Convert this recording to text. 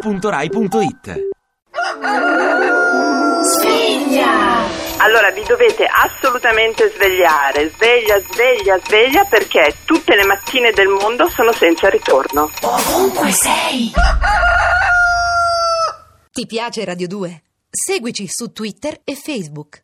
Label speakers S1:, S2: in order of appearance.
S1: radio2pod.rai.it
S2: Allora vi dovete assolutamente svegliare, sveglia, sveglia, sveglia perché tutte le mattine del mondo sono senza ritorno.
S3: Ti piace Radio 2? Seguici su Twitter e Facebook.